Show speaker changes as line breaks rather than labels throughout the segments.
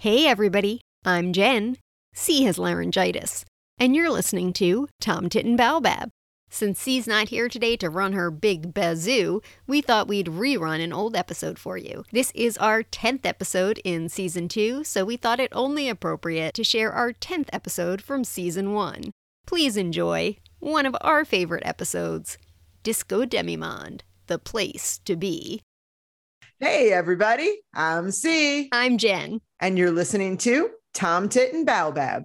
Hey, everybody, I'm Jen. C has laryngitis, and you're listening to Tom Tit and Baobab. Since C's not here today to run her big bazoo, we thought we'd rerun an old episode for you. This is our 10th episode in season 2, so we thought it only appropriate to share our 10th episode from season 1. Please enjoy one of our favorite episodes Disco Demimonde, the place to be.
Hey, everybody, I'm C,
I'm Jen.
and you're listening to Tom Tit and Baobab.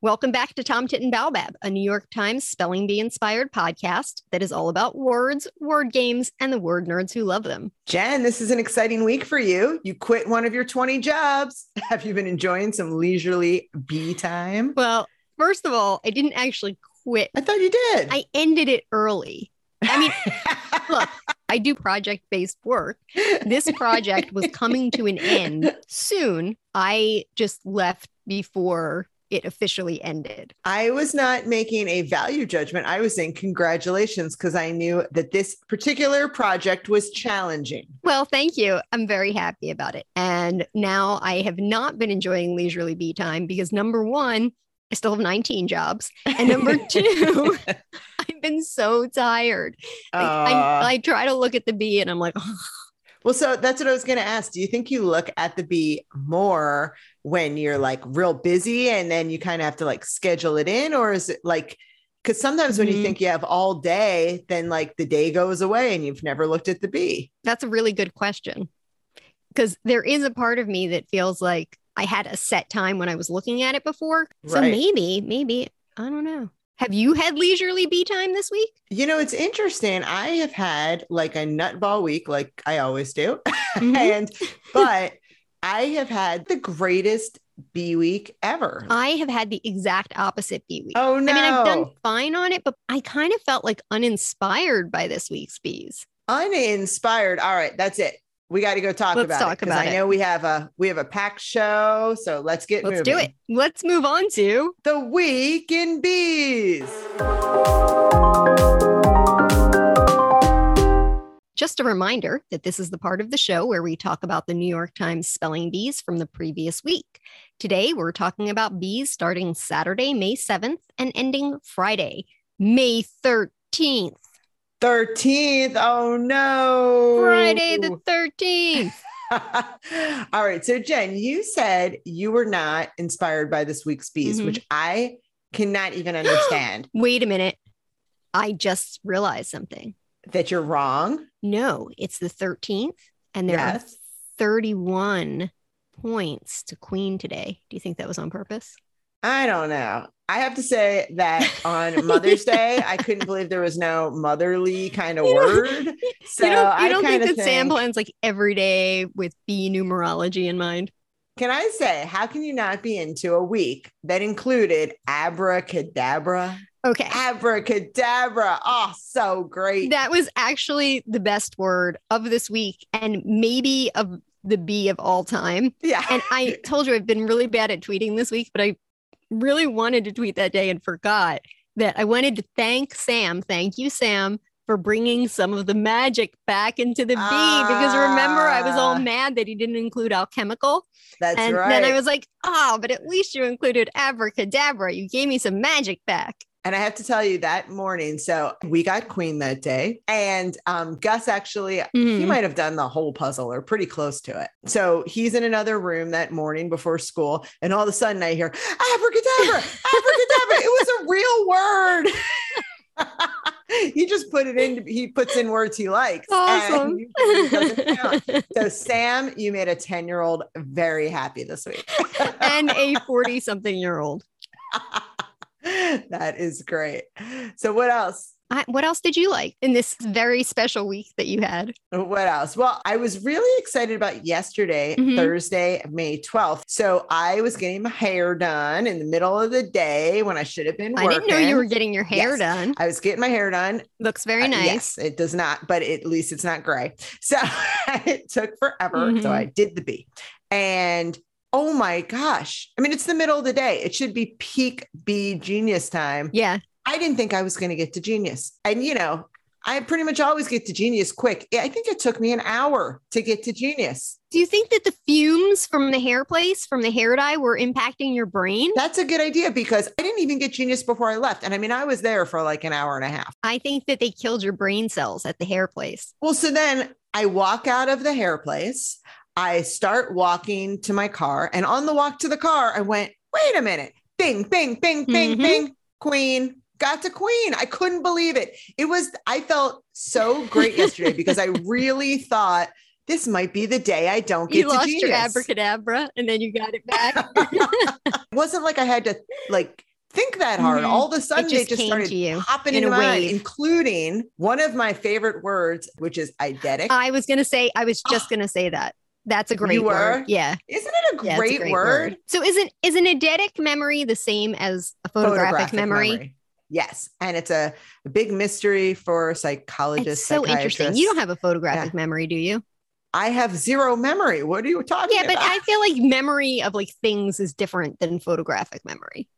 Welcome back to Tom Tit and Baobab, a New York Times spelling bee inspired podcast that is all about words, word games, and the word nerds who love them.
Jen, this is an exciting week for you. You quit one of your 20 jobs. Have you been enjoying some leisurely bee time?
Well, first of all, I didn't actually quit.
I thought you did.
I ended it early. I mean, look, I do project based work. This project was coming to an end soon. I just left before it officially ended.
I was not making a value judgment. I was saying congratulations because I knew that this particular project was challenging.
Well, thank you. I'm very happy about it. And now I have not been enjoying leisurely bee time because number one, I still have 19 jobs. And number two, I've been so tired. Like,
Uh,
I, I try to look at the bee and I'm like, "Oh,
Well, so that's what I was going to ask. Do you think you look at the bee more when you're like real busy and then you kind of have to like schedule it in? Or is it like, because sometimes when you
Mhm.
think you have all day, then like the day goes away and you've never looked at the bee.
That's a really good question. Because there is a part of me that feels like I had a set time when I was looking at it before. So
Right.
maybe, maybe, I don't know. Have you had leisurely bee time this week?
You know, it's interesting. I have had like a nutball week, like I always do.
Mhm.
and, but I have had the greatest bee week ever.
I have had the exact opposite bee week.
oh, no.
Uh, I mean, I've done fine on it, but I kind of felt like uninspired by this week's bees.
uninspired all right that's it we got to go talk
Let's
about
talk
it 'cause
about
i
it.
know we have a we have a packed show so let's get
Let's do
moving.
it. Let's move on to
the week in bees
just a reminder that this is the part of the show where we talk about the New York Times spelling bees from the previous week. Today, we're talking about bees starting Saturday, May 7th and ending Friday, May 13th.
13th oh no
Friday the 13th.
all right so jen you said you were not inspired by this week's bees
Mhm.
which i cannot even understand
Wait a minute. I just realized something.
that you're wrong
No, it's the 13th, and there are
yes
31 points to Queen today. Do you think that was on purpose?
I don't know. I have to say that on Mother's Day, I couldn't believe there was no motherly kind of
You don't-
word. So
you don't, you
I
don't think
kinda
that Sam plans like every day with B numerology in mind?
Can I say, how can you not be into a week that included abracadabra?
Okay.
Abracadabra. Oh, so great.
That was actually the best word of this week and maybe of the B of all time.
yeah.
And I told you I've been really bad at tweeting this week, but I really wanted to tweet that day and forgot that I wanted to thank Sam. Thank you, Sam. For bringing some of the magic back into the B, because remember, I was all
Ah.
mad that he didn't include alchemical.
That's
and
right.
then I was like, oh, but at least you included abracadabra. You gave me some magic back.
And I have to tell you that morning. So we got Queen that day, and um, Gus actually, he
Mhm.
might have done the whole puzzle or pretty close to it. So he's in another room that morning before school, and all of a sudden I hear abracadabra, abracadabra. it was a real word. he just put it in. He puts in words he likes.
Awesome.
and usually doesn't count. so Sam, you made a ten-year-old very happy this week.
and a 40 something year old.
that is great. So what else?
I, what else did you like in this very special week that you had?
What else? Well, I was really excited about yesterday,
Mhm.
Thursday, May 12th. So I was getting my hair done in the middle of the day when I should have been
I
working.
didn't know you were getting your hair
Yes.
done.
I was getting my hair done.
Looks very
Uh,
nice.
yes, it does not, but at least it's not gray. So it took forever. So
Mhm.
I did the B. And oh my gosh. I mean, it's the middle of the day. It should be peak B genius time.
Yeah.
I didn't think I was going to get to genius. And, you know, I pretty much always get to genius quick. I think it took me an hour to get to genius.
Do you think that the fumes from the hair place, from the hair dye, were impacting your brain?
That's a good idea because I didn't even get genius before I left. And I mean, I was there for like an hour and a half.
I think that they killed your brain cells at the hair place.
Well, so then I walk out of the hair place. I start walking to my car. And on the walk to the car, I went, wait a minute. Bing, bing, bing, bing,
Mhm.
bing. Queen got to Queen. I couldn't believe it. It was, I felt so great yesterday because I really thought this might be the day I don't get
You
to
lost
genius.
your abracadabra and then you got it back.
It wasn't like I had to like think that hard.
Mhm.
All of a sudden,
it
they
just
just
came
started
to you.
popping
in
into
a
my mind,
wave.
including one of my favorite words, which is eidetic.
I was going to say, I was just going to say that. That's a great
You were?
word. Yeah.
Isn't it a
yeah, it's a
great, word?
So isn't is an eidetic memory the same as a photographic, memory?
Yes, and it's a big mystery for psychologists.
It's so interesting. You don't have a photographic memory, do you?
I have zero memory. What are you talking
Yeah, but
about?
I feel like memory of like things is different than photographic memory.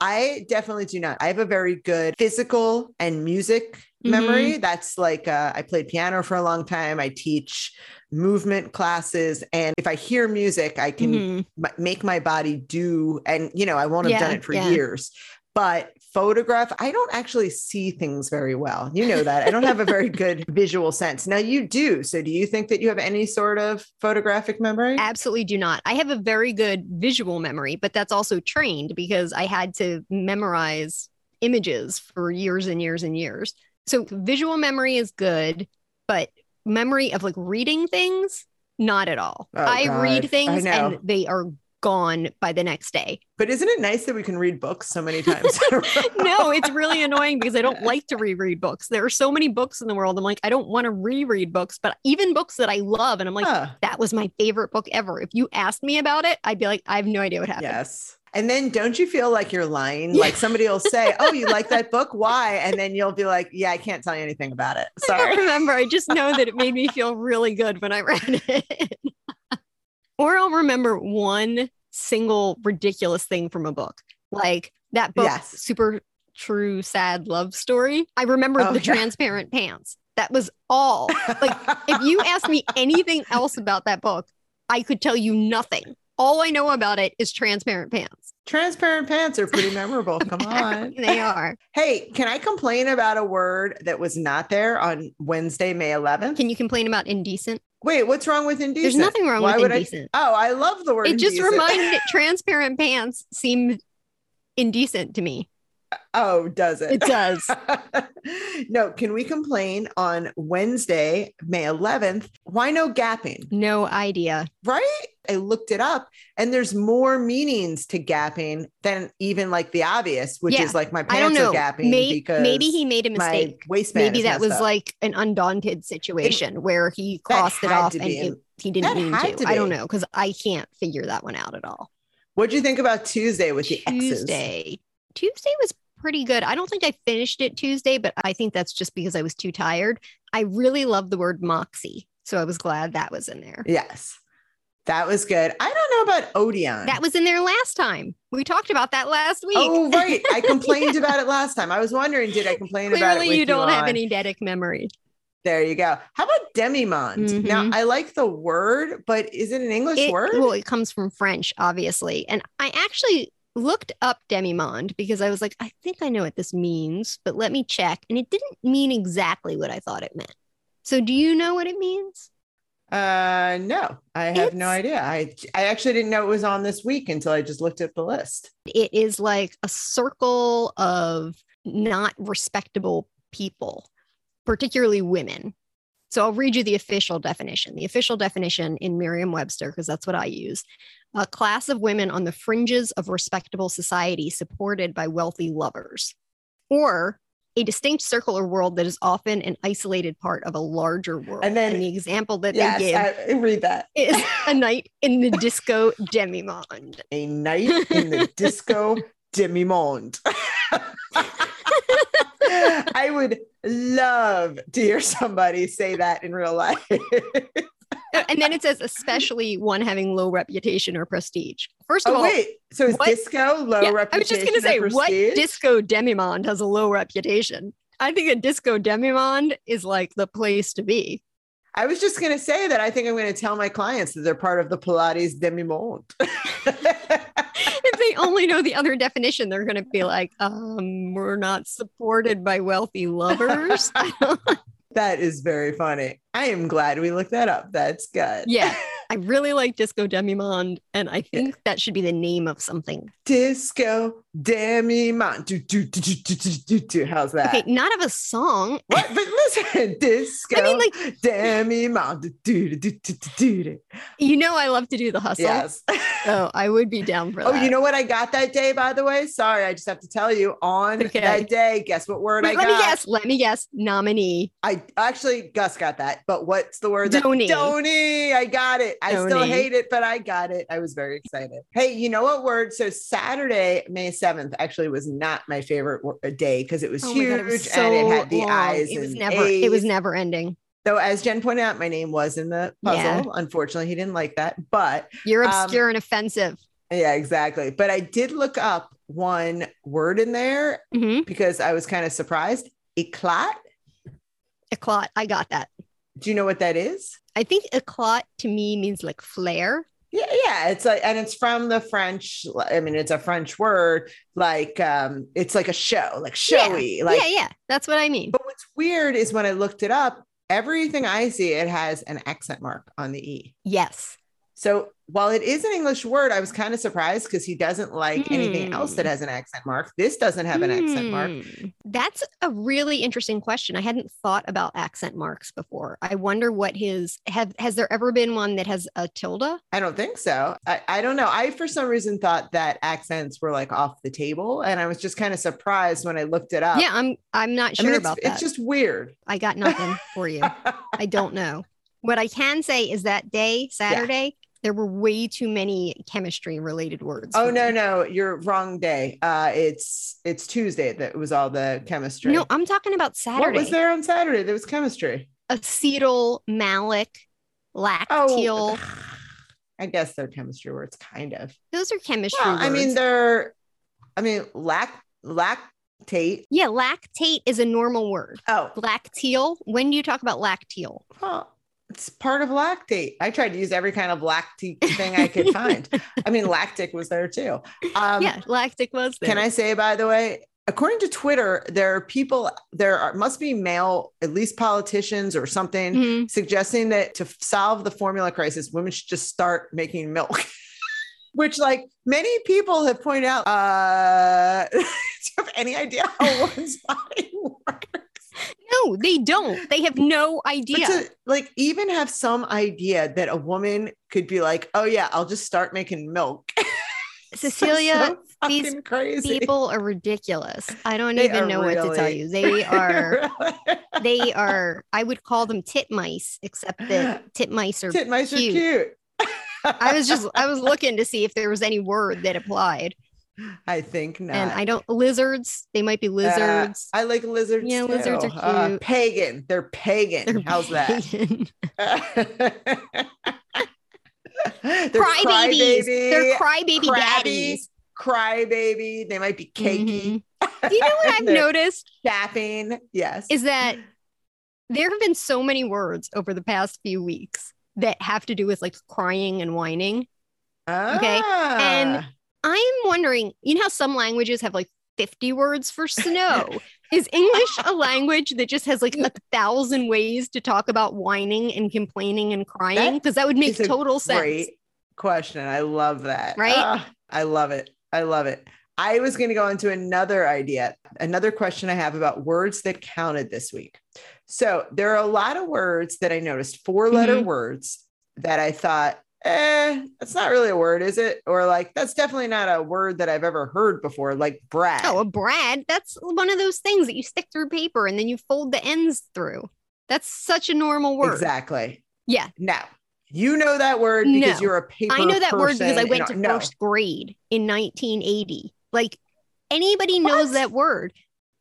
I definitely do not. I have a very good physical and music memory.
Mm-hmm.
That's like uh, I played piano for a long time. I teach movement classes, and if I hear music, I can
Mhm.
m- make my body do and you know i won't have done
Yeah,
it for
yeah.
years but photograph i don't actually see things very well you know that i don't have a very good visual sense now you do so do you think that you have any sort of photographic memory
Absolutely do not. I have a very good visual memory, but that's also trained because I had to memorize images for years and years and years. So visual memory is good, but memory of like reading things, not at all.
Oh,
I read
God. I
things
know.
and they are gone by the next day.
but isn't it nice that we can read books so many times
no, it's really annoying because I don't like to reread books. There are so many books in the world. I'm like, I don't want to reread books, but even books that I love. And I'm like,
Huh.
that was my favorite book ever. If you asked me about it, I'd be like, I have no idea what happened.
yes and then don't you feel like you're lying
Yeah.
like somebody will say oh you like that book why and then you'll be like yeah i can't tell you anything about it
I don't
sorry
remember. I just know that it made me feel really good when I read it. or I'll remember one single ridiculous thing from a book, like that book,
Yes.
Super True Sad Love Story. I remember
Oh,
the
yeah.
transparent pants. That was all. Like, if you ask me anything else about that book, I could tell you nothing. All I know about it is transparent pants.
transparent pants are pretty memorable come on
They are.
Hey, can I complain about a word that was not there on Wednesday, May 11th?
Can you complain about indecent?
Wait, what's wrong with indecent?
There's nothing wrong
Why
with
would
indecent.
I? Oh, I love the word.
it just
indecent.
reminded it transparent pants seemed indecent to me.
Oh, does it?
It does.
no, can we complain on Wednesday, May 11th? Why no gapping?
No idea.
Right? I looked it up, and there's more meanings to gapping than even like the obvious, which
Yeah.
is like my pants
I don't know.
are gapping
May-
because
maybe he made a
my
mistake.
waistband.
Maybe
is
that
messed
was
up.
like an undaunted situation where he
That
crossed it
had
off
to
and
be
it,
in-
he didn't
that
mean
had
to.
to
I don't
be.
know because I can't figure that one out at all.
What'd you think about Tuesday with the X's?
Tuesday. Tuesday was pretty good. I don't think I finished it Tuesday, but I think that's just because I was too tired. I really love the word moxie. So I was glad that was in there.
Yes. That was good. I don't know about Odeon.
That was in there last time. We talked about that last week.
oh, right. I complained about it last time. I was wondering, did I complain about it?
Clearly,
with
you don't have
on-
any dedic memory.
There you go. How about demimond? Now,
Mhm.
I like the word, but is it an English
It-
word?
Well, it comes from French, obviously. And I actually looked up demimonde because I was like, I think I know what this means, but let me check. And it didn't mean exactly what I thought it meant. So, do you know what it means?
uh, no, I have no
It's-
idea. I I actually didn't know it was on this week until I just looked at the list.
It is like a circle of not respectable people, particularly women. So I'll read you the official definition. The official definition in Merriam Webster, because that's what I use a class of women on the fringes of respectable society supported by wealthy lovers, or a distinct circle or world that is often an isolated part of a larger world.
And then-
the example that they give
Yes, I, read that.
is a night in the disco demimonde.
A night in the disco demimonde. I would love to hear somebody say that in real life.
and then it says especially one having low reputation or prestige. First of
Oh
all,
wait, so is
what-
disco low
yeah,
reputation?
I was just going to
or
say, what
prestige?
disco demimonde has a low reputation? I think a disco demimonde is like the place to be.
I was just going to say that I think I'm going to tell my clients that they're part of the Pilates demi monde.
if they only know the other definition, they're going to be like, um, we're not supported by wealthy lovers.
that is very funny. I am glad we looked that up. That's good.
yeah, I really like disco demimonde, and I think that should be the name of something.
Disco demi monde. Do, do, do, do, do, do, do, do. How's that?
Okay, not of a song.
What? But listen, disco
I mean, like
demi monde. Do, do, do, do, do, do, do.
you know, I love to do the hustle.
Yes.
So I would be down for
Oh,
that.
you know what I got that day, by the way? Sorry, I just have to tell you on
Okay.
that day. Guess what word I
Wait,
got?
let me guess. Let me guess. Nominee.
I actually Gus got that, but what's the word? that-
Donee.
Donee. I got it. I still
Donee.
hate it, but I got it. I was very excited. Hey, you know what word? So Saturday, May seventh, actually was not my favorite wo- uh, day because it was
Oh my
huge
God, it was
and it had
so
the
long.
eyes.
It was
and
never. It was
A's.
never ending.
Though, as Jen pointed out, my name was in the puzzle.
Yeah.
Unfortunately, he didn't like that, but
You're
Um,
obscure and offensive.
yeah, exactly. But I did look up one word in there
Mm-hmm.
because I was kind of surprised. Eclat.
Eclat. I got that.
Do you know what that is?
I think eclat to me means like flair.
Yeah, yeah, it's like, and it's from the French. I mean, it's a French word. Like, um, it's like a show, like showy. Like,
yeah, yeah. That's what I mean.
but what's weird is when I looked it up, everything I see it has an accent mark on the e.
Yes.
So while it is an English word, I was kind of surprised because he doesn't like anything
Hmm.
else that has an accent mark. This doesn't have an accent mark.
Hmm. That's a really interesting question. I hadn't thought about accent marks before. I wonder what his have has there ever been one that has a tilde?
I don't think so. I, I don't know. I, for some reason, thought that accents were like off the table. And I was just kind of surprised when I looked it up.
yeah, I'm I'm not
I
sure
mean, it's,
about that.
it's just weird.
I got nothing for you. I don't know. What I can say is that day, Saturday, there were way too many chemistry related words.
Oh
for
no,
me.
no, you're wrong day. Uh, it's it's Tuesday that was all the chemistry.
No, I'm talking about Saturday.
what was there on Saturday? There was chemistry.
acetyl malic lacteal
Oh, I guess they're chemistry words, kind of.
those are chemistry
Well, I mean,
words.
they're, I mean, lac lactate.
yeah lactate is a normal word
Oh,
lacteal when do you talk about lacteal
well, it's part of lactate. I tried to use every kind of lactic thing I could find. I mean, lactic was there too. Um,
yeah lactic was there.
Can I say, by the way, according to Twitter, there are people, there are, must be male, at least politicians or something,
Mhm.
suggesting that to solve the formula crisis, women should just start making milk. Which, like many people have pointed out, uh, do you have any idea how one's body works?
no they don't they have no
But
idea
to, like, even have some idea that a woman could be like, "Oh yeah, I'll just start making milk."
cecilia
so
these
fucking crazy.
people are ridiculous i don't
They
even
are
know what to tell
really-
you they are
Really.
they are i would call them titmice except that titmice are
Titmice are
cute.
cute.
i was just i was looking to see if there was any word that applied
I think not.
and i don't lizards they might be
Uh,
lizards
I like lizards.
Yeah, lizards
too.
are
Uh,
cute.
pagan. They're pagan.
They're
How's that?
pagan.
They're
crybabies. They're
crybaby,
crybaby
crabby,
daddies.
crybaby. They might be cakey.
Mhm. Do you know what I've
They're
noticed
Dapping. Yes.
Mm-hmm. is that there have been so many words over the past few weeks that have to do with like crying and whining. okay, and-
Ah,
I'm wondering, you know how some languages have like 50 words for snow? Is English a language that just has like a thousand ways to talk about whining and complaining and crying? Because that would make
is a
total sense.
great question. I love that.
Right?
Ah, I love it. I love it. I was going to go into another idea, another question I have about words that counted this week. So there are a lot of words that I noticed, four letter
Mhm.
words that I thought, eh, that's not really a word, is it? Or like, that's definitely not a word that I've ever heard before, like Brad.
Oh, a brad. That's one of those things that you stick through paper and then you fold the ends through. That's such a normal word.
exactly.
Yeah.
Now, you know that word
No.
because you're a paper.
I know that word because
person
I
and
went
a-
to
no.
first grade in 1980. Like anybody knows
What?
that word.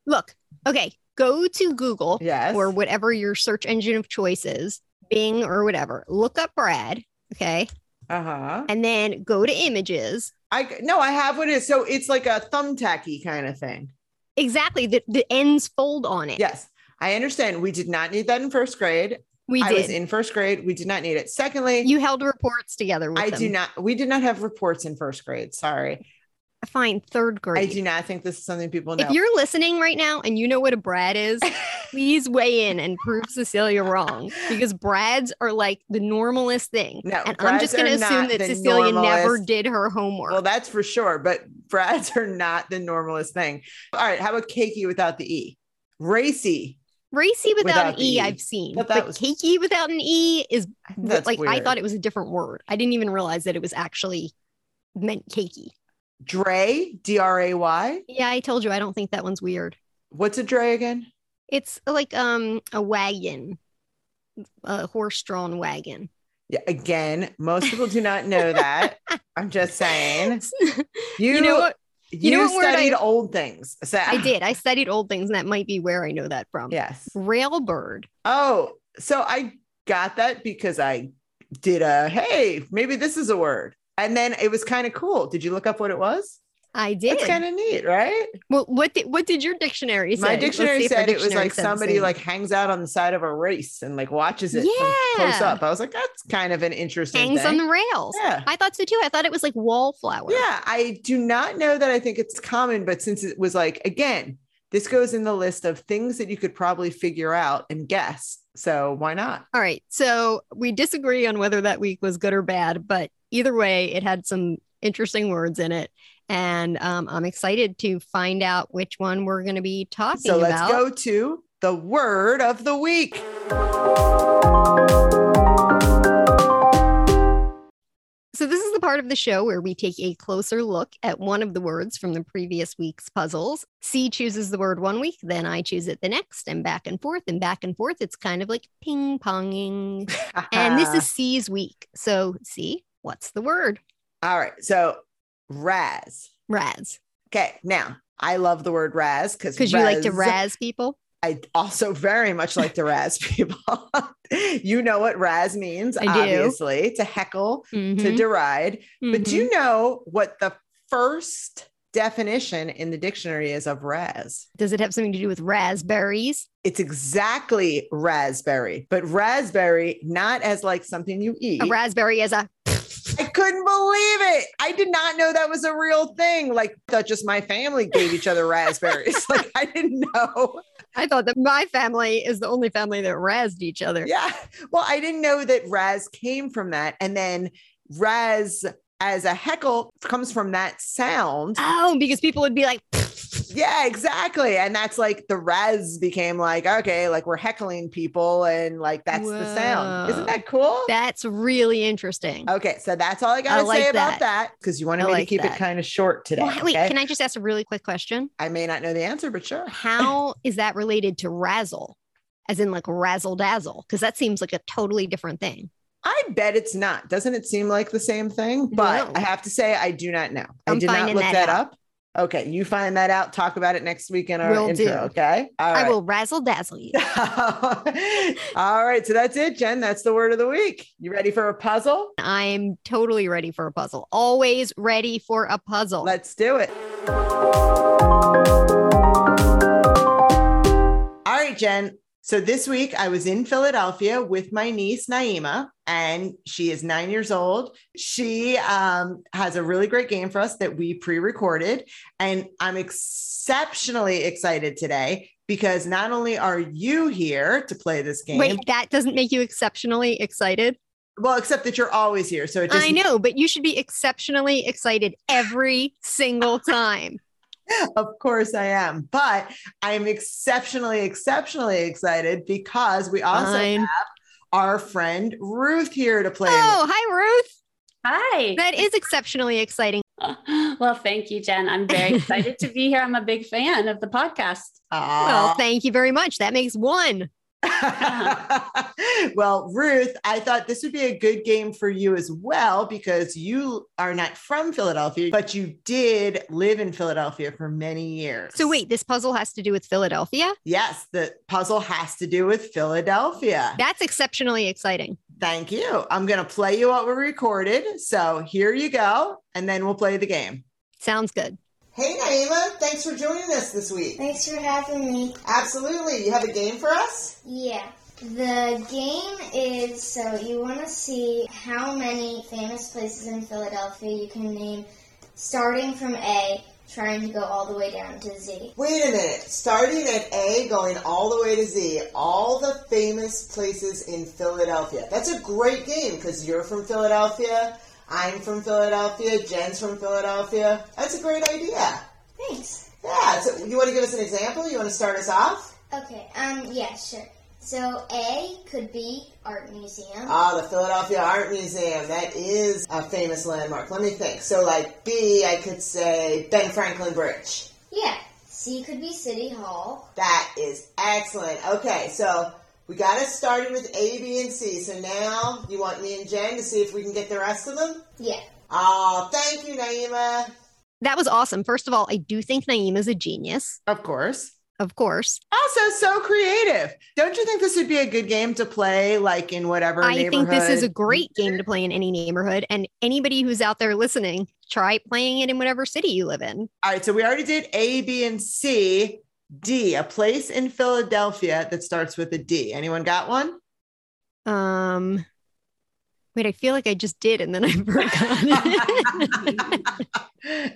Look, okay, go to Google
Yes.
or whatever your search engine of choice is Bing or whatever. Look up Brad. Okay.
Uh huh.
And then go to images.
I no, I have what it is. So it's like a thumbtacky kind of thing.
Exactly. The, the ends fold on it.
Yes, I understand. We did not need that in first grade.
We
I was
did.
in first grade. We did not need it. Secondly,
you held reports together with
I
them.
do not. We did not have reports in first grade. Sorry,
Fine. Third
I
grade.
do not think this is something people know.
If you're listening right now and you know what a Brad is, please weigh in and prove Cecilia wrong because Brads are like the normalest thing.
No,
and I'm
Brads
just going to
are not
assume that
the
Cecilia never
normalest.
did her homework.
well, that's for sure. But brads are not the normalest thing. All right, how about cakey without the e? Racy.
Racy without,
without
an
the
E,
E.
I've seen.
But
But,
that was-
cakey without an E is
I think That's
like
weird.
I thought it was a different word. I didn't even realize that it was actually meant cakey.
Dre. D R A Y.
Yeah, I told you I don't think that one's weird.
What's a dray again?
It's like um a wagon, a horse-drawn wagon.
Yeah, again, most people do not know that. I'm just saying. You,
You, know what?
You,
you know what word I-
studied old things. So
I did. I studied old things, and that might be where I know that from.
Yes.
Railbird.
Oh, so I got that because I did a hey, maybe this is a word. And then it was kind of cool. Did you look up what it was?
I did.
It's kind of neat, right?
well, what did what did your dictionary say?
My
Let's see
dictionary
if our
said it was
dictionary
like
said the
somebody
same.
like hangs out on the side of a race and like watches it from close
Yeah.
up. I was like, that's kind of an interesting
hangs on
thing.
the rails.
yeah.
I thought so too. I thought it was like wallflower.
Yeah, I do not know that I think it's common, but since it was like, again, this goes in the list of things that you could probably figure out and guess. So why not?
All right. So we disagree on whether that week was good or bad, but either way, it had some interesting words in it. And um, I'm excited to find out which one we're going to be talking
So let's
about.
go to the word of the week.
So, this is the part of the show where we take a closer look at one of the words from the previous week's puzzles. C chooses the word one week, then I choose it the next, and back and forth and back and forth. It's kind of like ping ponging. and this is C's week. So, C, what's the word?
all right. So Raz.
Raz.
Okay. Now I love the word Raz because
Because you like to razz people.
I also very much like to Raz people. you know what Raz means,
I do.
obviously, to heckle, to
Mhm.
deride. But do
Mhm.
you know what the first definition in the dictionary is of raz?
does it have something to do with raspberries?
It's exactly raspberry, but raspberry not as like something you eat.
A raspberry is a
I couldn't believe it. I did not know that was a real thing. Like I thought just my family gave each other raspberries. like I didn't know.
I thought that my family is the only family that razzed each other.
Yeah. Well, I didn't know that raz came from that. And then raz as a heckle comes from that sound.
Oh, because people would be like,
Yeah, exactly. And that's like the res became like, okay, like we're heckling people and like that's the sound. Isn't
Whoa.
that cool?
that's really interesting.
okay, so that's all I got to
like
say about that because you wanted
I
me to
like
keep it
that.
kind of short today.
Well, wait,
okay?
can I just ask a really quick question?
I may not know the answer, but sure.
How is that related to razzle? As in like razzle dazzle? Because that seems like a totally different thing.
I bet it's not. Doesn't it seem like the same thing? But
No.
I have to say, I do not know. I
I'm
did not
finding
look
that
that,
out.
up. Okay, you find that out. Talk about it next week in our
Will
intro.
do.
Okay. All right.
I will razzle dazzle you.
all right. So that's it, Jen. That's the word of the week. You ready for a puzzle?
I'm totally ready for a puzzle. Always ready for a puzzle.
Let's do it. All right, Jen. So this week I was in Philadelphia with my niece Naima, and she is nine years old. She um, has a really great game for us that we pre recorded. And I'm exceptionally excited today because not only are you here to play this game,
Wait, that doesn't make you exceptionally excited?
well, except that you're always here. So it just
I know, but you should be exceptionally excited every single time.
Of course I am. But I'm exceptionally, exceptionally excited because we also
Fine.
our friend Ruth here to play.
Oh, hi, Ruth.
Hi.
That is exceptionally exciting.
Well, thank you, Jen. I'm very excited to be here. I'm a big fan of the podcast.
with. Aw,
Well, thank you very much. That makes one.
well, Ruth, I thought this would be a good game for you as well because you are not from Philadelphia, but you did live in Philadelphia for many years.
So, wait, this puzzle has to do with Philadelphia?
Yes, the puzzle has to do with Philadelphia.
That's exceptionally exciting.
Thank you. I'm going to play you what we recorded. So, here you go, and then we'll play the game.
Sounds good.
Hey, Naima, thanks for joining us this week.
Thanks for having me.
Absolutely. You have a game for us?
Yeah. The game is so you want to see how many famous places in Philadelphia you can name, starting from A, trying to go all the way down to Z.
Wait a minute. Starting at A, going all the way to Z, all the famous places in Philadelphia. That's a great game because you're from Philadelphia, I'm from Philadelphia, Jen's from Philadelphia. That's a great idea.
Thanks.
Yeah. So you want to give us an example? You want to start us off?
Okay. Um. Yeah. Sure. So A could be art museum.
Ah, the Philadelphia Art Museum. That is a famous landmark. Let me think. So, like B, I could say Ben Franklin Bridge.
yeah. C could be city hall.
That is excellent. Okay, so we got us started with A, B, and C. So now you want me and Jen to see if we can get the rest of them?
Yeah.
Oh, thank you, Naima.
That was awesome. First of all, I do think Naeem is a genius,
Of course.
of course.
Also, so creative. Don't you think this would be a good game to play, like in whatever
I think this is a
neighborhood?
great game to play in any neighborhood. And anybody who's out there listening, try playing it in whatever city you live in.
All right, so we already did A, B, and C. D, a place in Philadelphia that starts with a D. Anyone got one?
Um, wait, I feel like I just did and then I forgot.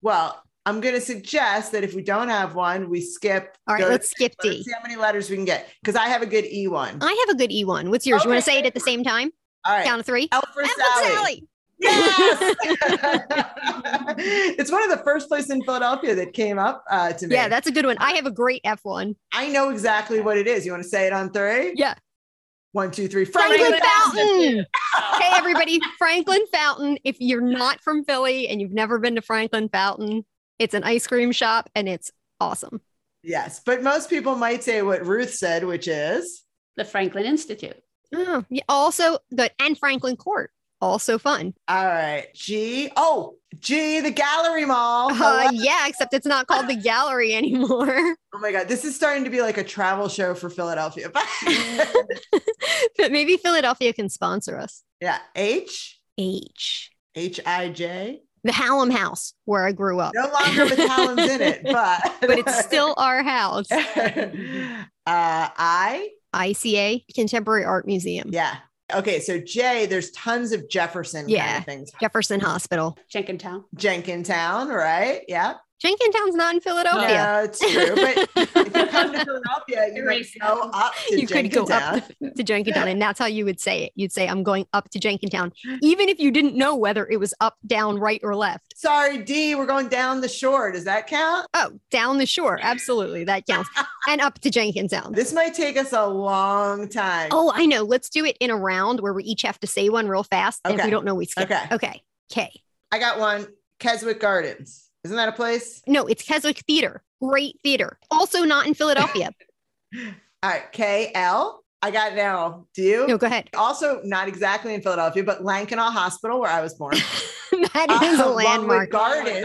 well, I'm going to suggest that if we don't have one, we skip.
all right,
go to
let's skip
Let's
D.
see how many letters we can get because I have a good E one.
I have a good E1. What's yours? You want to
Okay.
say it at the same time?
All right.
Count of three.
L for
Apple
Sally.
Sally.
Yes. it's one of the first places in Philadelphia that came up uh, to me.
Yeah, that's a good one. I have a great F1.
I know exactly what it is. You want to say it on three?
Yeah.
One, two, three. Franklin,
Franklin
Fountain.
Fountain. hey, everybody. Franklin Fountain. If you're not from Philly and you've never been to Franklin Fountain, it's an ice cream shop and it's awesome.
Yes. But most people might say what Ruth said, which is
The Franklin Institute.
Oh, yeah, also good. And Franklin Court. Also fun.
all right. G. Oh, G, the gallery mall.
Uh, yeah, except it's not called the gallery anymore.
Oh my God, this is starting to be like a travel show for Philadelphia.
but maybe Philadelphia can sponsor us.
yeah, H
H.
H I J.
The Hallam House, where I grew up.
No longer with Hallam's in it, but
But it's still our house.
uh, I
ICA, Contemporary Art Museum,
yeah. Okay, so J. There's tons of Jefferson kind
Yeah.
of things.
Jefferson Hospital.
Jenkintown.
Jenkintown, right? Yeah.
Jenkintown's not in Philadelphia.
No, it's true. But if you come to Philadelphia, you might
Erase
go
it.
up to
You could go
Jenkintown.
up to Jenkintown, and that's how you would say it. You'd say, I'm going up to Jenkintown, even if you didn't know whether it was up, down, right, or left.
Sorry, D. We're going down the shore. Does that count?
Oh, down the shore. Absolutely. That counts. And up to Jenkintown.
This might take us a long time.
Oh, I know. Let's do it in a round where we each have to say one real fast. And if
Okay.
we don't know, we skip.
Okay.
Okay. Okay.
I got one. Keswick Gardens. Isn't that a place?
No, it's Keswick Theater. Great theater. Also not in Philadelphia.
All right. K L. I got an L. Do you?
no, go ahead.
Also, not exactly in Philadelphia, but Lankenau Hospital, where I was born.
that is a
Uh, Longwood
landmark.
Gardens.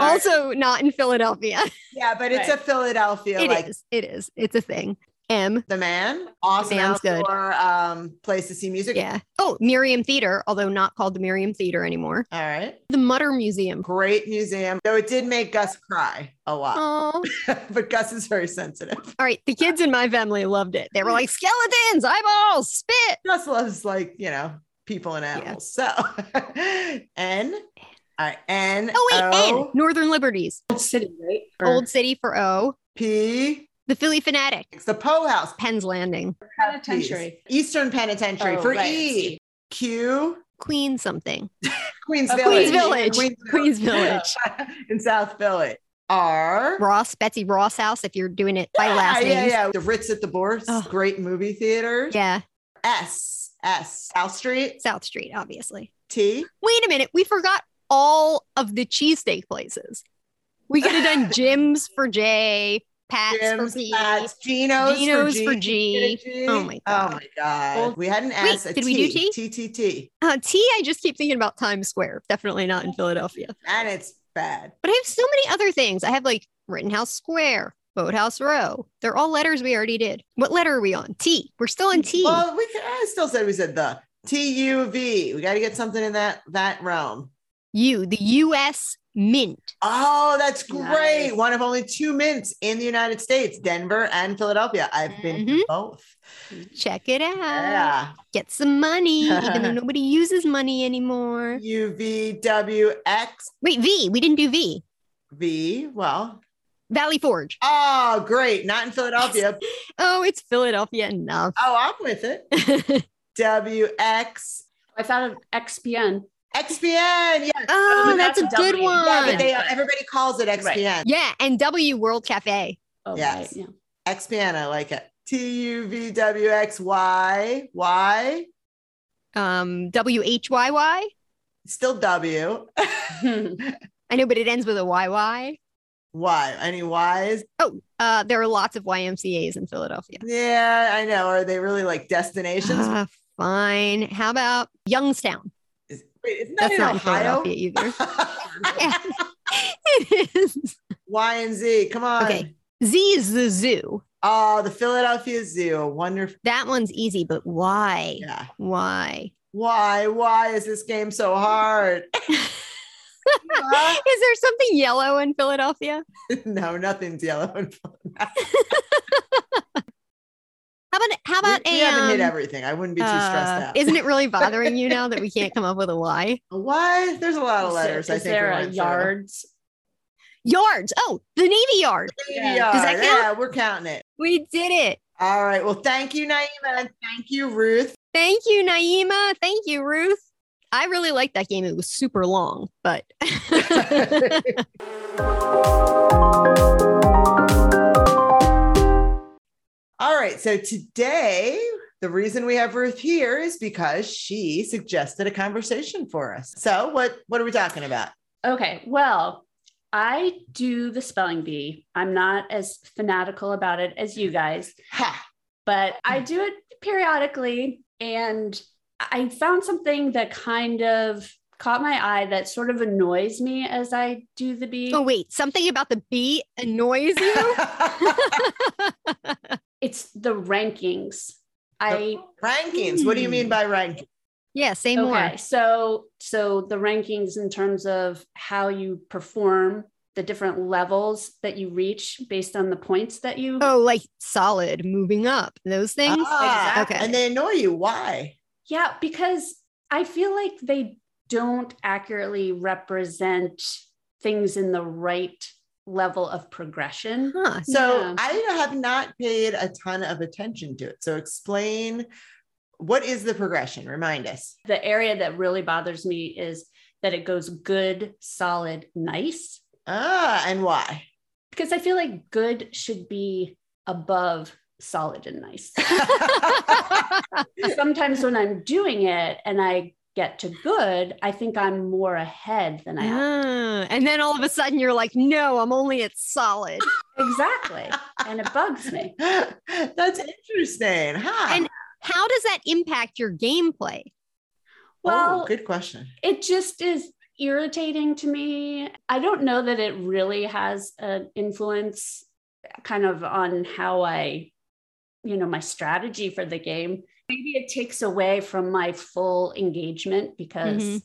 Also not in Philadelphia.
yeah, but it's a
Right.
Philadelphia.
It is.
like
It is. It's a thing. M.
the man. Awesome
Man's good.
outdoor um, place to see music.
Yeah. Oh, Miriam Theater, although not called the Miriam Theater anymore.
All right.
The Mutter Museum.
Great museum. Though it did make Gus cry a lot,
Oh,
but Gus is very sensitive.
all right. The kids in my family loved it. They were like skeletons, eyeballs, spit.
Gus loves like you know people and animals. So N. All right. N.
Oh wait,
O,
N. Northern Liberties,
Old City, right?
Old City for O.
P.
The Philly Fanatic,
It's the Poe House.
Penn's Landing,
Penitentiary.
Eastern Penitentiary
Oh,
for
right.
E. Q.
Queen something,
Queens
Uh,
Village.
Queens Village,
Queens
Queens Village,
in South Philly. R.
Ross, Betsy Ross House. If you're doing it by
Yeah,
last name,
yeah,
names.
yeah. The Ritz at the Bourse.
Oh.
Great movie theater.
yeah,
S. S. South Street.
South Street, obviously.
T.
wait a minute, we forgot all of the cheesesteak places. We could have done Jim's for J, Pat's
Jim's,
for B.
Pat's, Geno's,
Geno's for
for G.
G.
Did you get a G?
Oh my God.
Oh my God. We had an
Wait,
S. a
did we do
T? T, T, T.
Uh, T, I just keep thinking about Times Square. Definitely not in Philadelphia.
And it's bad.
But I have so many other things. I have like Rittenhouse Square, Boathouse Row. They're all letters we already did. What letter are we on? T. We're still on T.
Well, we could, I still said we said the T U V. We got to get something in that that realm.
U, the U.S. Mint.
Oh, that's great.
Nice.
One of only two mints in the United States, Denver and Philadelphia. I've been to
Mhm.
both.
Check it out.
Yeah.
Get some money, even though nobody uses money anymore.
U V W X
Wait, V. We didn't do V.
V. Well,
Valley Forge.
oh, great. Not in Philadelphia.
Oh, it's Philadelphia enough. Oh,
Oh, I'm with it. W X
I thought of XPN.
XPN. Yeah.
oh,
but
that's,
that's
a good
W.
one.
Yeah,
Yeah,
but they everybody calls it XPN.
and W World Cafe.
Oh,
Yes.
right. Yeah.
XPN. I like it. T U V W X Y Y.
Um, W H Y Y.
Still W.
I know, but it ends with a Y Y.
Why? Any Y's?
Uh, there are lots of YMCA's in Philadelphia.
Yeah, I know. Are they really like destinations?
Ah, fine. How about Youngstown?
Is- Wait, isn't that
That's
in
not in
Ohio?
Philadelphia either. Yeah. it is.
y and Z. Come on.
Okay. Z is the zoo.
Oh, the Philadelphia Zoo. Wonderful.
That one's easy, but why?
Yeah.
Why?
Why? Why is this game so hard?
is there something yellow in Philadelphia?
no, nothing's yellow. and full.
How about how
We,
about
we
a
haven't
um,
hit everything. I wouldn't be too
Uh,
stressed out.
Isn't it really bothering you now that we can't come up with a Y?
Why? There's a lot of
Is there-
letters. I
is
think
there
we
a
went through.
yards?
Yards. Oh, the Navy Yard.
Maybe
Yeah.
yard.
Does that count?
Yeah, we're counting it.
We did it.
All right. Well, thank you, Naima. And thank you, Ruth.
Thank you, Naima. Thank you, Ruth. I really liked that game. It was super long, but
All right. So today, the reason we have Ruth here is because she suggested a conversation for us. So what what are we talking about?
Okay. Well, I do the spelling bee. I'm not as fanatical about it as you guys,
Ha.
but I
Mm.
do it periodically. And I found something that kind of caught my eye that sort of annoys me as I do the bee.
oh wait, something about the B annoys you.
It's the rankings. I
rankings. What do you mean by rankings?
yeah, say more.
Okay, so so the rankings in terms of how you perform, the different levels that you reach based on the points that you.
Oh, like solid, moving up, those things.
Ah,
Exactly.
And they annoy you. Why?
Yeah, because I feel like they don't accurately represent things in the right level of progression.
Huh.
So
Yeah.
I have not paid a ton of attention to it. So explain what is the progression? Remind us.
The area that really bothers me is that it goes good, solid, nice.
Ah, and why?
Because I feel like good should be above solid and nice. sometimes when I'm doing it and I get to good, I think I'm more ahead than I am.
Ah, and then all of a sudden you're like, no, I'm only at solid.
Exactly. And it bugs
Oh,
me.
That's interesting. Huh.
And- How does that impact your gameplay?
Well,
oh, good question.
it just is irritating to me. I don't know that it really has an influence kind of on how I, you know, my strategy for the game. Maybe it takes away from my full engagement because
Mhm.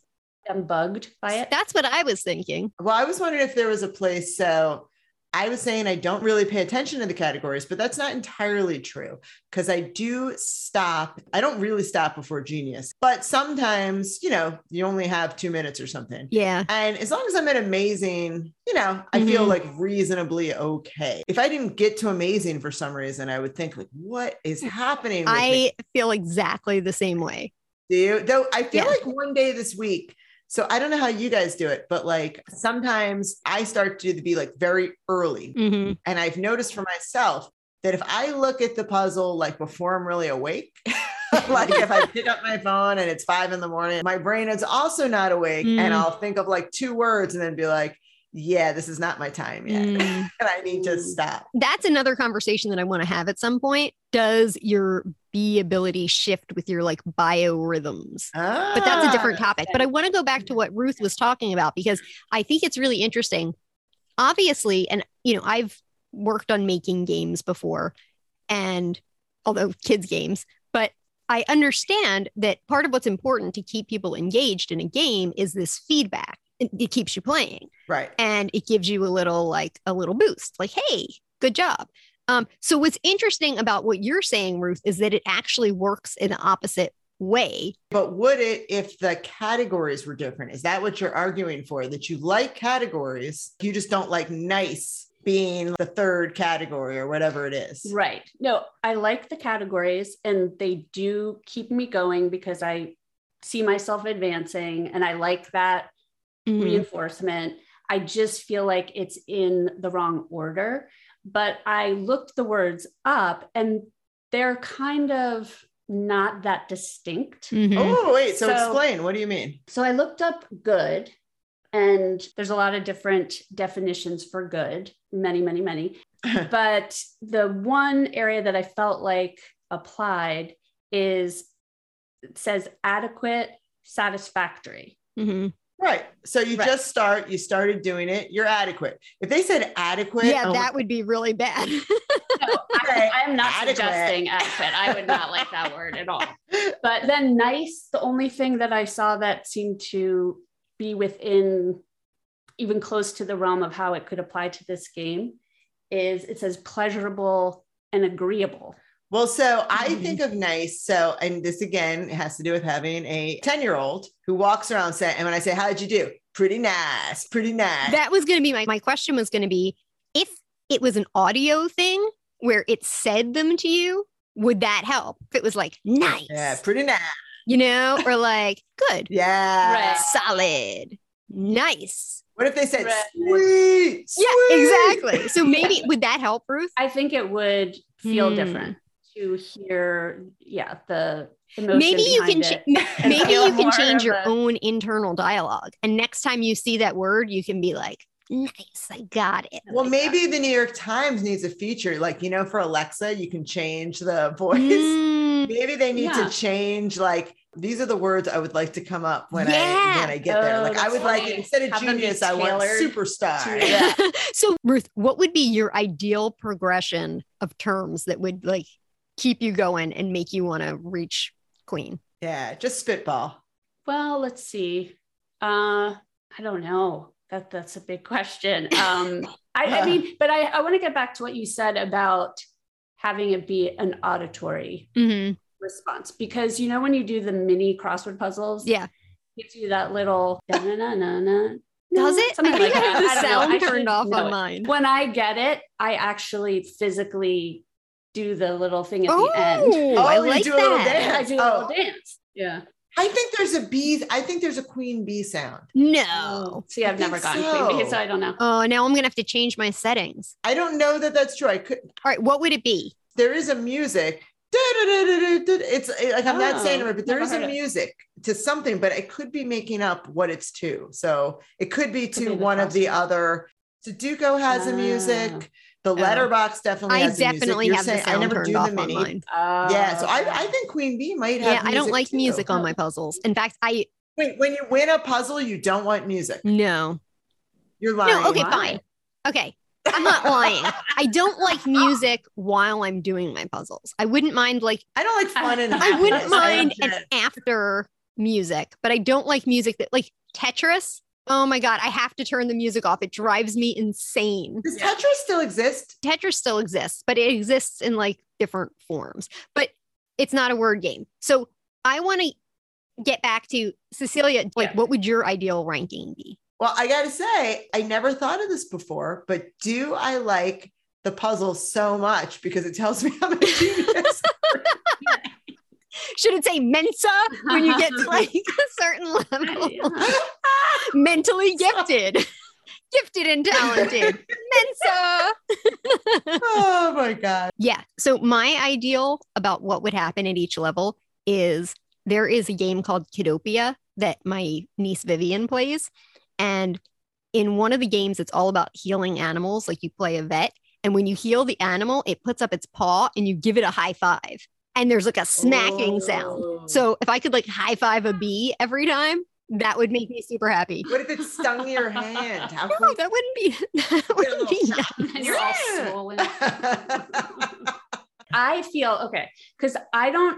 I'm bugged by it.
That's what I was thinking.
Well, I was wondering if there was a place. So I was saying I don't really pay attention to the categories, but that's not entirely true because I do stop. I don't really stop before genius, but sometimes, you know, you only have two minutes or something.
Yeah.
And as long as I'm at amazing, you know, I feel
Mhm.
like reasonably okay. If I didn't get to amazing for some reason, I would think like, what is happening? with me?
Mm, I feel exactly the same way.
Do you? Though I feel
Yeah.
like one day this week. So I don't know how you guys do it, but like sometimes I start to do the be like very early.
Mhm.
And I've noticed for myself that if I look at the puzzle like before I'm really awake, like if I pick up my phone and it's five in the morning, my brain is also not awake. And
Mm.
I'll think of like two words and then be like, yeah, this is not my time yet.
Mm.
and I need to stop.
That's another conversation that I want to have at some point. Does your B ability shift with your like biorhythms? But that's
Ah,
a different topic. But I want to go back to what Ruth was talking about because I think it's really interesting. Obviously, and you know, I've worked on making games before and although kids games, but I understand that part of what's important to keep people engaged in a game is this feedback. It- it keeps you playing
Ah, Right.
and it gives you a little like a little boost like hey good job um, so what's interesting about what you're saying ruth is that it actually works in the opposite way
But would it if the categories were different? Is that what you're arguing for? That you like categories, you just don't like nice being the third category or whatever it is.
Right. No, I like the categories and they do keep me going because I see myself advancing and I like that Mm-hmm.
Mm-hmm.
reinforcement. I just feel like it's in the wrong order. But I looked the words up and they're kind of not that distinct.
Mhm.
Oh, wait. So,
So-
explain. What do you mean?
So I looked up good, and there's a lot of different definitions for good, many, many, many. but the one area that I felt like applied is it says adequate, satisfactory.
Mhm.
Right. So you
Right.
just start, you started doing it, you're adequate. If they said adequate,
yeah
oh,
that would be really bad
No,
Okay.
I, I am not
Adequate.
suggesting adequate. I would not like that word at all. But then nice, the only thing that I saw that seemed to be within even close to the realm of how it could apply to this game is it says pleasurable and agreeable.
Well, so I
Mhm.
think of nice. So, and this again has to do with having a 10 year old who walks around saying, and when I say, how did you do? Pretty nice, pretty nice.
that was going to be my, my question was going to be if it was an audio thing where it said them to you would that help if it was like nice
yeah, pretty nice.
you know or like good
Yeah.
Right.
solid nice
What if they said
Right.
sweet, sweet?
yeah exactly so maybe would that help ruth
I think it would feel
Hmm.
different to hear, yeah, the emotion.
maybe you can
behind
cha-
it.
ma-
and
maybe
feel
you can
more
change
of
your
a-
own internal dialogue and next time you see that word you can be like nice i got it
Well,
Like,
maybe the New York Times needs a feature. Like, you know, for Alexa, you can change the voice.
mm,
Maybe they need
Yeah.
to change, like, these are the words I would like to come up when I
Yeah.
when I get there.
Oh,
Like I
that's
would like
funny.
instead of
Have them be
genius, I want
tailored
superstar.
to- Yeah.
so ruth what would be your ideal progression of terms that would like keep you going and make you want to reach queen
Yeah, just spitball.
Well, let's see. Uh, I don't know. That that's a big question. Um, I, I mean, but I, I want to get back to what you said about having it be an auditory
mm-hmm.
response because you know when you do the mini crossword puzzles,
yeah
it gives you that little na na na na.
does it i
Something
think
like
i have
that.
the
I don't know.
sound
I should
turned off
know
on
it.
mine
When I get it, I actually physically do the little thing at
oh
the end.
i
Oh, you
like
do a little
that
dance.
I do a
Oh.
little dance. Yeah.
I think there's a bee. I think there's a queen bee sound.
no
See,
I
I've never
think
gotten
so.
clean because I don't know.
oh now i'm gonna have to change my settings
I don't know that that's true. I could.
all right what would it be
There is a music. Da-da-da-da-da-da. It's it- like I'm not
Oh,
saying it right, but there
never
is a
heard it.
music to something. But I could be making up what it's to. So it could be to
be the
one of the
crossword.
other. Sudoku has a
Ah.
music. The letterbox definitely.
I
has a music.
definitely
You're
have
saying
the sound turned off on mine.
Yeah, so I,
okay.
I think Queen Bee might have.
Yeah, I don't like
too.
music on my puzzles. In fact, I
Wait, when you win a puzzle, you don't want music.
no.
You're lying.
Mm. No, okay,
Why?
fine. Okay. I'm not lying. I don't like music while I'm doing my puzzles. I wouldn't mind like
I don't like fun and.
I wouldn't
happiness. I
mind
don't
an
get it.
after music, but I don't like music that like Tetris. Oh my god, I have to turn the music off. It drives me insane.
Does Tetris still exist?
Tetris still exists, but it exists in like different forms. But it's not a word game. So I want to get back to Cecilia. Like,
Yeah.
what would your ideal ranking be?
Well, I got to say, I never thought of this before, but do I like the puzzle so much because it tells me I'm a genius?
Should it say Mensa when you get to like a certain level?
Yeah.
Mentally gifted, gifted and talented. Mensa.
oh my God.
Yeah. So my ideal about what would happen at each level is there is a game called Kidopia that my niece Vivian plays. And in one of the games, it's all about healing animals. Like you play a vet, and when you heal the animal, it puts up its paw and you give it a high five. And there's like a smacking sound. So if I could like high five a bee every time, that would make me super happy.
What if it stung your hand? How
No, that wouldn't be. That
Get a
wouldn't be.
little
nice.
And you're all
Yeah.
swollen.
cool.
I feel okay because I don't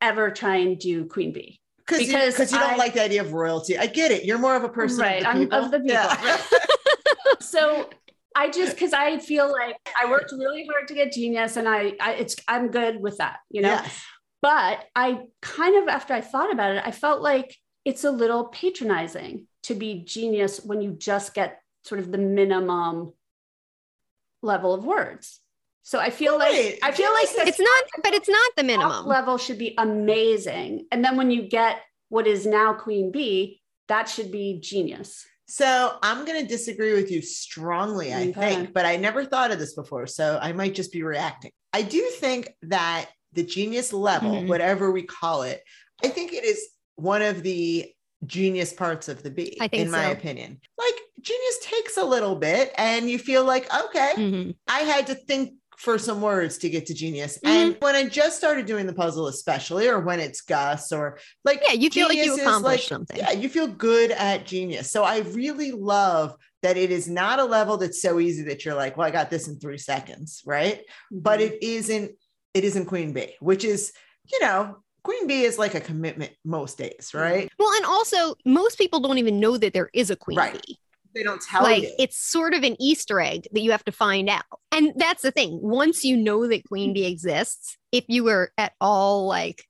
ever try and do queen bee.
Because you,
Because
'cause you don't
I-
like the idea of royalty. I get it. You're more of a person
right,
of the
I'm
people.
of the people.
Yeah.
right. so I just because I feel like I worked really hard to get genius, and I, I it's I'm good with that, you know.
Yes.
But I kind of after I thought about it, I felt like it's a little patronizing to be genius when you just get sort of the minimum level of words. So I feel like
Right.
I feel like
Genius
the
It's not, but it's not the
top
minimum.
level should be amazing, and then when you get what is now Queen Bee, that should be genius.
So I'm going to disagree with you strongly, I
Okay.
think, but I never thought of this before. So I might just be reacting. I do think that the genius level,
Mhm.
whatever we call it, I think it is one of the genius parts of the bee,
I think
in my
so.
opinion. Like genius takes a little bit and you feel like, okay,
Mhm.
I had to think for some words to get to genius. And
Mm-hmm.
when I just started doing the puzzle, especially, or when it's Gus, or like,
Yeah, you feel like
Genius
you
is
accomplished
like-
something.
yeah, you feel good at genius. So I really love that it is not a level that's so easy that you're like, well, I got this in three seconds, right? But
Mm-hmm.
it isn't, it isn't Queen Bee, which is, you know, Queen Bee is like a commitment most
Mm-hmm.
days, right?
Well, and also most people don't even know that there is a queen
Right.
bee.
They don't tell
like
you.
it's sort of an Easter egg that you have to find out. And that's the thing. Once you know that queen bee exists, if you were at all like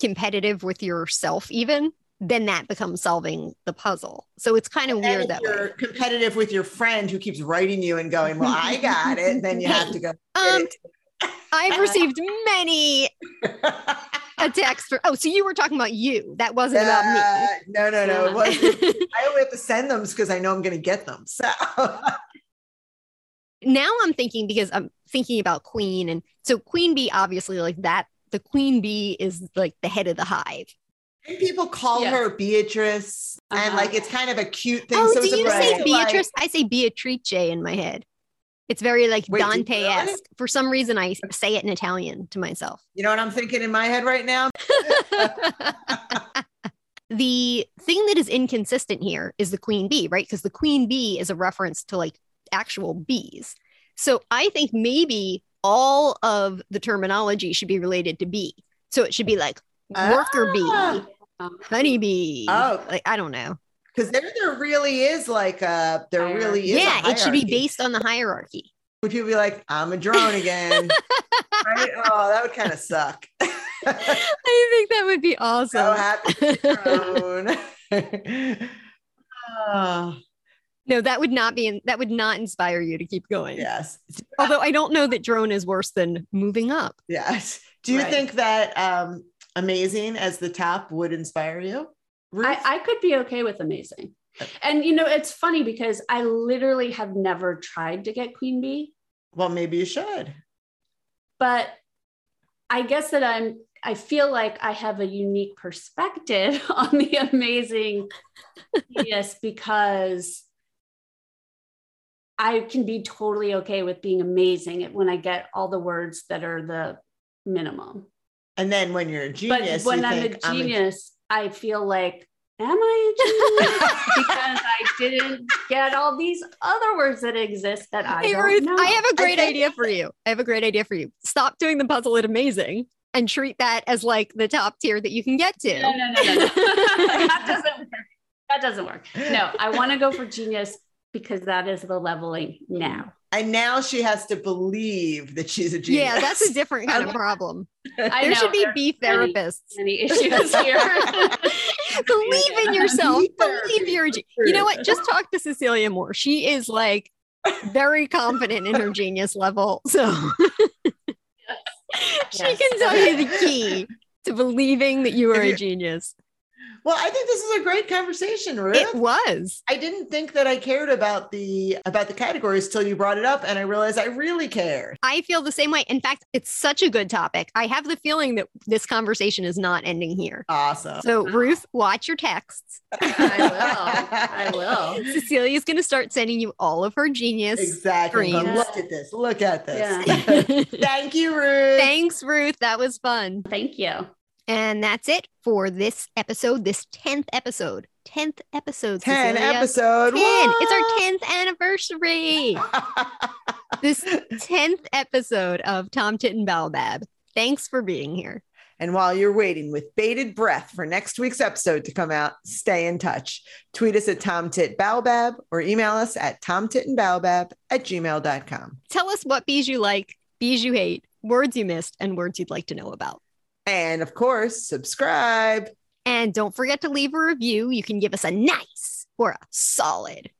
competitive with yourself, even then that becomes solving the puzzle. So it's kind of
and
weird
if
that
you're
way.
competitive with your friend who keeps writing you and going, well, I got it. Then you have to go.
Um,
get
I've received many
it.
attacks for. Oh, so you were talking about you. That wasn't about me.
Uh, No, no, no. It was,
Uh,
I only have to send them because I know I'm going to get them. So
now I'm thinking because I'm thinking about queen and so queen bee obviously like that the queen bee is like the head of the hive.
And people call
Yeah.
her Beatrice, and
Uh-huh.
like it's kind of a cute thing.
Oh,
so
do
it's a
you
way
say
to, like-
Beatrice? I say Beatrice in my head. It's very like
Wait, do you really?
Dante-esque. For some reason, I say it in Italian to myself.
you know what I'm thinking in my head right now?
the thing that is inconsistent here is the queen bee, right? Because the queen bee is a reference to like actual bees. So I think maybe all of the terminology should be related to bee. So it should be like worker
Ah.
bee,
Um,
honey bee.
Oh.
like I don't know.
Because there, there really is like a, there really is. a
Yeah, it should be
hierarchy.
based on the hierarchy.
Would people be like, I'm a drone again? right? Oh, that would kind of suck.
I think that would be
so
awesome.
Oh, happy drone. Ah,
no, that would not be in, that would not inspire you to keep going.
yes.
Although I don't know that drone is worse than moving up.
Yes. Do you
Right.
think that um, amazing as the top would inspire you? Ruth?
I, I could be okay with amazing. And you know, it's funny because I literally have never tried to get queen bee,
well, maybe you should.
but I guess that I'm I feel like I have a unique perspective on the amazing yes because I can be totally okay with being amazing when I get all the words that are the minimum.
And then when you're a genius,
but when
you
I'm
think,
a
I'm
genius, i feel like, am I a genius? because I didn't get all these other words that exist that I
Hey,
don't
Ruth,
know.
I have a great
think-
idea for you. I have a great idea for you. Stop doing the puzzle at amazing and treat that as like the top tier that you can get to.
no, no, no, no, no. that doesn't work. That doesn't work. No, I want to go for genius because that is the leveling now.
and now she has to believe that she's a genius.
yeah, that's a different kind of problem.
I
there
know
should be
there are
bee
many-
therapists.
many issues here.
Believe in yourself.
Me too.
Believe your. ge- You know what? Just talk to Cecilia Moore. She is like very confident in her genius level. So she
Yes.
can tell you the key to believing that you are
If
a
you-
genius.
Well, I think this is a great conversation, Ruth.
It was.
I didn't think that I cared about the about the categories till you brought it up and I realized I really care.
I feel the same way. In fact, it's such a good topic. I have the feeling that this conversation is not ending here.
Awesome.
So, Ruth, watch your texts.
I will. I will.
Cecilia's going to start sending you all of her genius.
Exactly. But
Dreams.
look at this. Look at this.
Yeah.
Thank you, Ruth.
Thanks, Ruth. That was fun.
Thank you.
And that's it for this episode, this 10th episode. 10th episode.
10
Cecilia.
episode.
10. It's our 10th anniversary.
our 10th.
this 10th episode of Tom Tit and Baobab. Thanks for being here.
And while you're waiting with bated breath for next week's episode to come out, stay in touch. Tweet us at TomTitBaobab or email us at TomTitandBaobab at gmail.com.
Tell us what bees you like, bees you hate, words you missed, and words you'd like to know about.
And of course, subscribe.
And don't forget to leave a review. You can give us a nice or a solid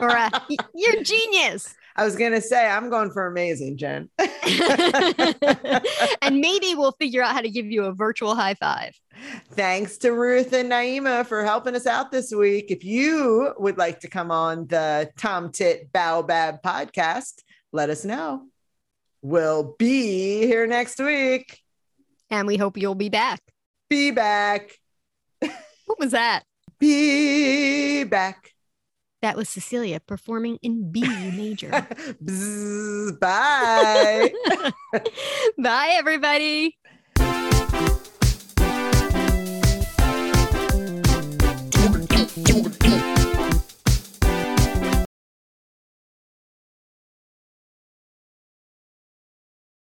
or a y- you're a genius.
I was going to say, I'm going for amazing, Jen.
and maybe we'll figure out how to give you a virtual high five.
Thanks to Ruth and Naima for helping us out this week. If you would like to come on the Tom Tit Baobab podcast, let us know. We'll be here next week.
And we hope you'll be back.
Be back.
What was that?
Be back.
That was Cecilia performing in B major.
Bzzz, bye.
Bye, everybody.